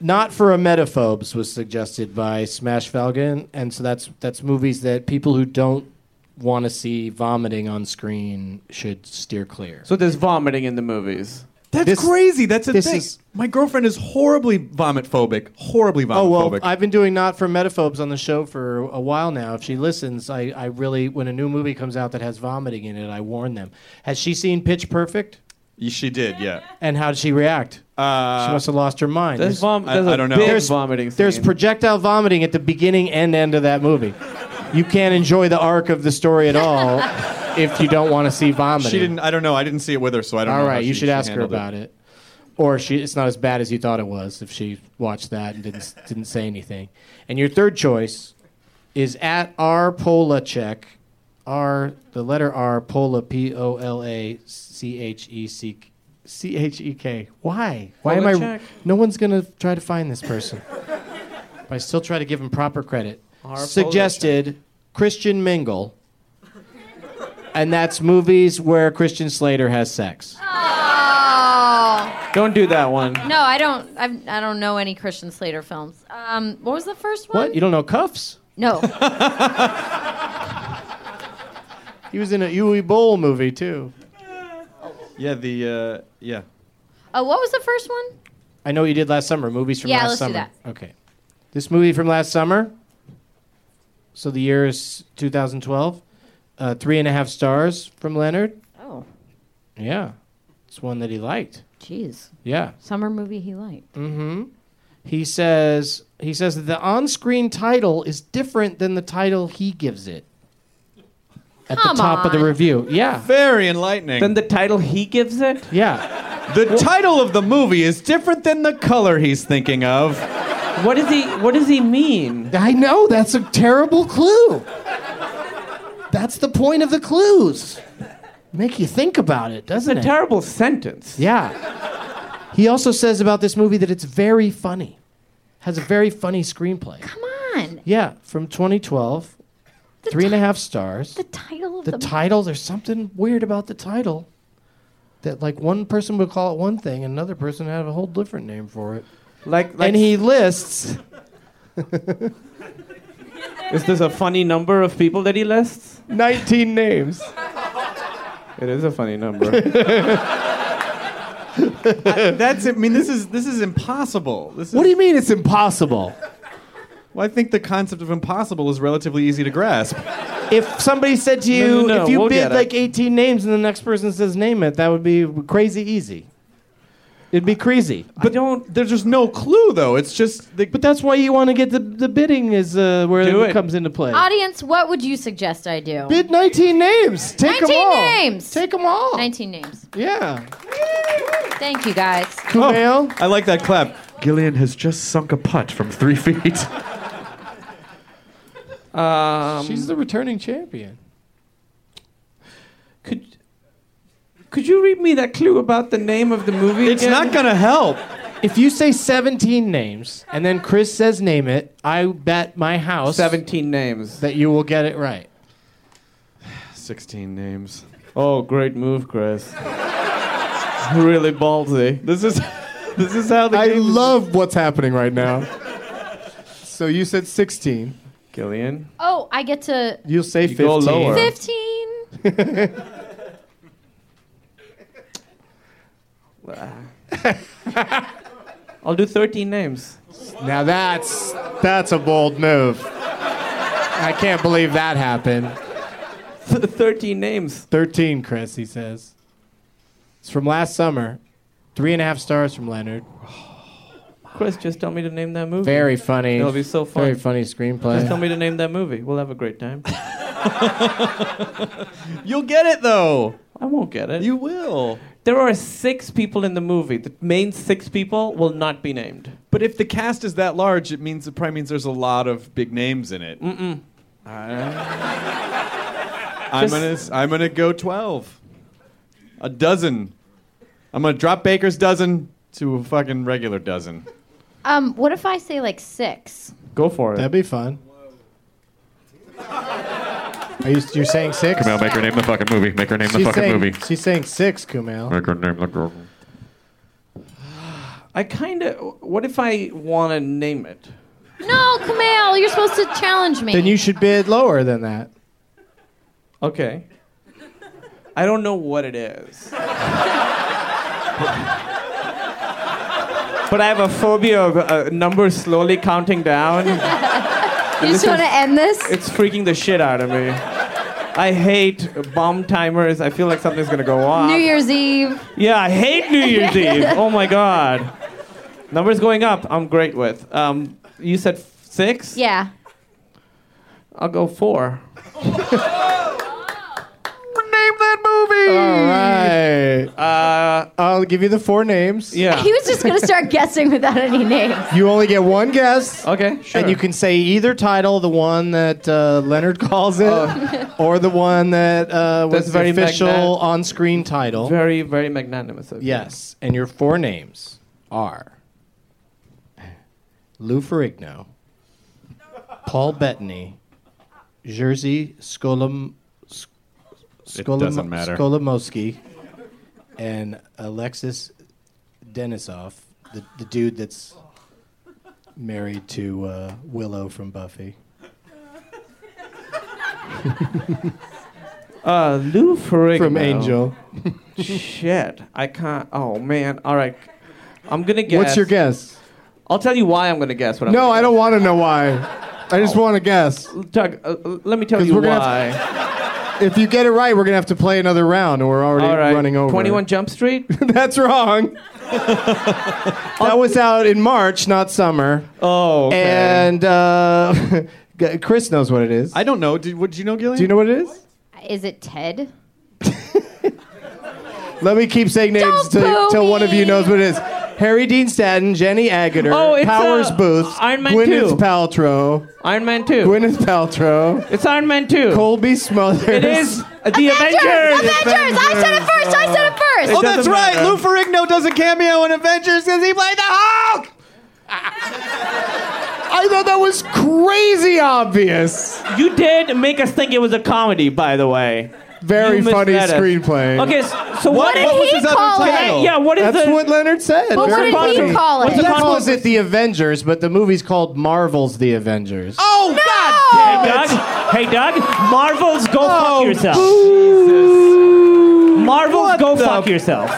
Not for emetophobes was suggested by Smash Falcon, and so that's that's movies that people who don't want to see vomiting on screen should steer clear. So there's vomiting in the movies. That's This- crazy. That's a this thing. is- My girlfriend is horribly vomit phobic. Horribly oh well, vomit phobic. I've been doing not for emetophobes on the show for a while now. If she listens, I, I really when a new movie comes out that has vomiting in it, I warn them. Has she seen Pitch Perfect? she did, yeah. And how did she react? Uh, she must have lost her mind. There's, vom- I- there's a I don't know. big There's- vomiting scene. There's projectile vomiting at the beginning and end of that movie. You can't enjoy the arc of the story at all if you don't want to see vomiting. she didn't. I don't know. I didn't see it with her, so I don't. All know how right, you she- should she ask her handled about it. Or she, it's not as bad as you thought it was if she watched that and didn't didn't say anything. And your third choice is at R Polacek, R the letter R Pola P O L A C H E C C H E K. Why? Why am I? Polacek. No one's gonna try to find this person. but I still try to give him proper credit. Suggested Christian Mingle, and that's movies where Christian Slater has sex. Oh Don't do that one. no, I don't. I've, I don't know any Christian Slater films. Um, what was the first one? What? You don't know Cuffs? No. He was in a Uwe Boll movie too. Yeah, the uh, yeah. Oh, what was the first one? I know what you did last summer. Movies from Yeah, last let's do summer. that. Okay. This movie from last summer. So the year is 2012. Uh, three and a half stars from Leonard. Oh, Yeah, it's one that he liked. jeez. Yeah. Summer movie he Mm. liked. He says he says that the on-screen title is different than the title he gives it. at Come the top of the on. review. Yeah. Very enlightening. Then the title he gives it? Yeah. the title of the movie is different than the color he's thinking of. What does he what does he mean? I know, that's a terrible clue. That's the point of the clues. Make you think about it, That's a doesn't it? terrible sentence. yeah. He also says about this movie that it's very funny. Has a very funny screenplay. Come on. Yeah, from 2012. three and a half stars. The title of the title there's something weird about the title that like one person would call it one thing and another person had a whole different name for it Like, like and he lists is this a funny number of people that he lists? 19 names It is a funny number. Uh, That's. I mean, this is this is impossible. This is, what do you mean it's impossible Well, I think the concept of impossible is relatively easy to grasp. if somebody said to you no, no, if you we'll get bid it. like 18 names and the next person says name it that would be crazy easy it'd be crazy but don't There's just no clue, though. It's just the, but that's why you want to get the, the bidding is uh, where Do it, it. comes into play Audience, what would you suggest I do? bid 19 names take 19 them all names. take them all 19 names. yeah Oh. Thank you guys. Kumail? I like that clap. Gillian has just sunk a putt from three feet. Um, she's the returning champion could could you read me that clue about the name of the movie? It's again? not gonna help. If you say 17 names and then Chris says name it, I bet my house seventeen names. that you will get it right. Sixteen names. Oh, great move, Chris. really ballsy. This is this is how the game. love what's happening right now. so you said 16. Gillian. Oh, I get to You'll say You go lower. 15. 15. I'll do 13 names. Now that's that's a bold move. I can't believe that happened. 13 names. 13, Chris, he says. It's from last summer. Three and a half stars from Leonard. Chris, just tell me to name that movie. Very funny. It'll be so fun. Very funny Just tell screenplay. me to name that movie. We'll have a great time. You'll get it though. I won't get it. You will. There are six people in the movie. The main six people will not be named. But if the cast is that large, it means it probably means there's a lot of big names in it. Mm-mm. I, am gonna s- I'm gonna go twelve. A dozen. I'm gonna drop Baker's dozen to a fucking regular dozen. Um, what if I say like 6? Go for it. That'd be fun. Are you, you're saying six? Kumail, make her name the fucking movie. Make her name the She's fucking saying, movie. She's saying six, Kumail. Make her name the girl. I kind of. What if I want to name it? No, Kumail, you're supposed to challenge me. Then you should bid lower than that. Okay. I don't know what it is. but I have a phobia of uh, numbers slowly counting down. You just want to end this? It's freaking the shit out of me. I hate bomb timers. I feel like something's gonna go off. New Year's Eve. Yeah, I hate New Year's Eve. Oh my god. Numbers going up, I'm great with. Um, you said f- six? Yeah. I'll go four. All right. Uh, I'll give you the four names. yeah. He was just going to start guessing without any names. You only get one guess. Okay, Oh, sure. And you can say either title, the one that uh, Leonard calls it, or the one that uh, was Oh. That's the very official magna- on-screen title. Very, very magnanimous of you. yes, and your four names are Lou Ferrigno, Paul Bettany, Jerzy Skolom, Sk- Skolom, doesn't matter. Skolomowski, and Alexis Denisov, the, the dude that's married to uh, Willow from Buffy. Uh, Lou Ferrigno. From Angel. Shit. I can't. Oh, man. All right. I'm going to guess. What's your guess? I'll tell you why I'm going to guess what I'm No, gonna I don't want to know why. I Oh. just want to guess. guess. Doug, uh, uh, let me tell 'Cause you we're why. gonna have If you get it right, we're going to have to play another round, and we're already All right. running over. 21 Jump Street? That's wrong. that was out in March, not summer. Oh, okay. And uh, Chris knows what it is. I don't know. Did what did you know, Gillian? Do you know what it is? I- Is it Ted? Let me keep saying names Don't till boo till one of you me. knows what it is. Harry Dean Stanton, Jenny Agutter, Oh, it's, Powers uh, Booth, Iron Man Gwyneth 2. Paltrow, Iron Man 2. Gwyneth Paltrow, It's Iron Man 2. Colby Smothers. It is the Avengers. Avengers! Avengers! I said it first! I said it first! Oh, that's doesn't right. matter. Lou Ferrigno does a cameo in Avengers because he played the Hulk. Ah! I thought that was crazy obvious. You did make us think it was a comedy, by the way. Very You missed funny that. screenplay. Okay, so, so what, What did was he his call other it? title? Yeah, what is That's the Oh. what Leonard said. But what Very did funny. he call it? What's the That con- calls it the Avengers, but the movie's called Marvel's The Avengers. Oh, No! God Doug? Hey, Doug. Marvels, go Oh, fuck yourself. Marvels, What go the- fuck yourself.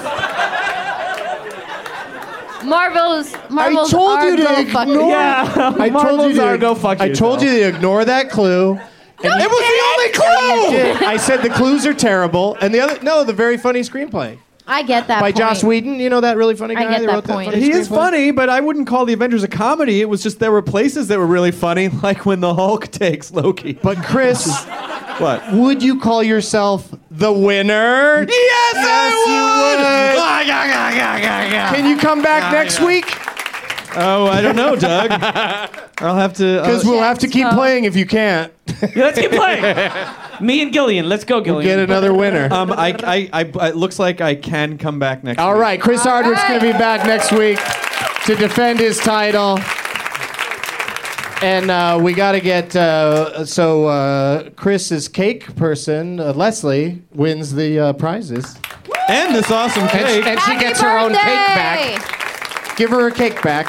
Marvel's Marvel's told are you to go ignore- fucking Yeah. I told you Marvels to are go fuck I told you to ignore that clue. No, it you was didn't. the No, only you clue. I said the clues are terrible, and the other no, the very funny screenplay I get that by point. Josh Whedon. You know that really funny I guy get that wrote point. funny He is screenplay? funny, but I wouldn't call the Avengers a comedy. It was just there were places that were really funny, like when the Hulk takes Loki. But Chris, What? would you call yourself the winner? Yes, you would. I would. Can you come back Yeah, next yeah. week? Oh, I don't know, Doug. I'll have to. Because I'll- we'll have to keep so- playing if you can't. Yeah, let's keep playing. Me and Gillian. Let's go, Gillian. Get another winner. um, I, I, I, it looks like I can come back next. All week. right, Chris Hardwick's right. going to be back next week to defend his title. And uh, we got to get uh, so uh, Chris's cake person, uh, Leslie, wins the uh, prizes. And this awesome And, cake. and she Happy gets her own cake birthday! back. Give her her cake back.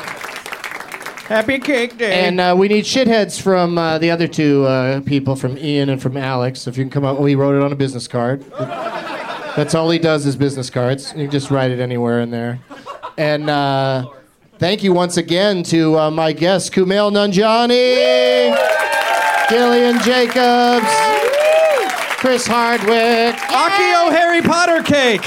Happy cake day. And uh, we need shitheads from uh, the other two uh, people, from Ian and from Alex. If you can come up, we wrote it on a business card. That's all he does is business cards. You can just write it anywhere in there. And uh, thank you once again to uh, my guests, Kumail Nanjiani, Gillian Jacobs, Chris Hardwick. Akio Harry Potter cake.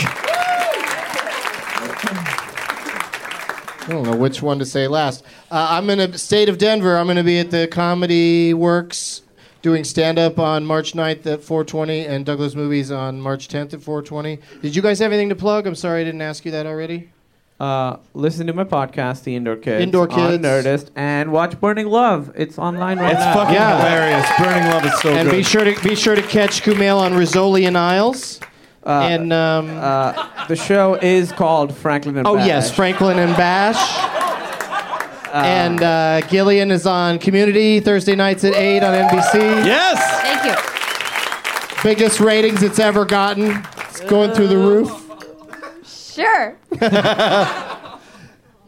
I don't know which one to say last. Uh, I'm in the state of Denver. I'm going to be at the Comedy Works doing stand up on March 9th at 420 and Douglas Movies on March 10th at 420. Did you guys have anything to plug? I'm sorry I didn't ask you that already. Uh, listen to my podcast, The Indoor Kids. Indoor On Kids. Nerdist. And watch Burning Love. It's online right It's now. fucking Yeah. hilarious. Burning Love is so and good. be sure to be sure to catch Kumail on Rizzoli and Isles. Uh, and um, The show is called Franklin and oh Bash. yes, Franklin and Bash. Um, and uh, Gillian is on Community Thursday nights at eight on NBC. yes. Thank you. Biggest ratings it's ever gotten. It's going through the roof. Sure.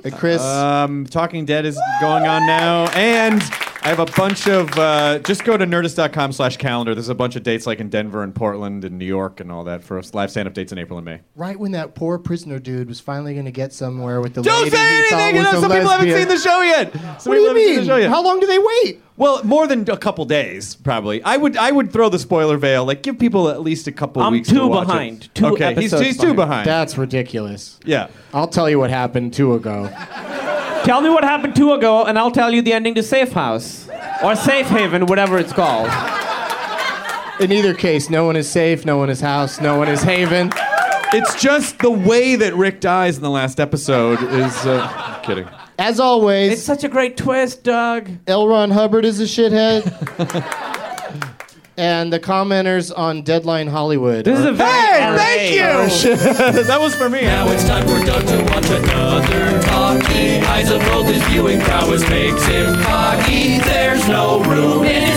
And Chris, Um, Talking Dead is going on now, and I have a bunch of. Uh, just go to nerdist.com/calendar. There's a bunch of dates like in Denver and Portland and New York and all that for us live stand-up dates in April and May. right when that poor prisoner dude was finally going to get somewhere with the Don't lady say he thought anything. You was know, a some people haven't lesbian. seen the show yet. Some What do people you haven't seen the mean? show yet. How long do they wait? Well, more than a couple days, probably. I would I would throw the spoiler veil. Like, give people at least a couple I'm weeks. two to watch behind. It. Two okay, he's, episodes he's two behind. That's ridiculous. yeah. I'll tell you what happened two ago. Tell me what happened two ago, and I'll tell you the ending to Safe House. Or Safe Haven, whatever it's called. In either case, no one is safe, no one is house, no one is haven. It's just the way that Rick dies in the last episode is. Uh, kidding. As always, It's such a great twist, Doug. L. Ron Hubbard is a shithead. and the commenters on Deadline Hollywood. This is a very Hey, LA. thank you. that was for me. Now it's time for Doug to watch another talkie. Eyes of both his viewing prowess makes him cocky. There's no room in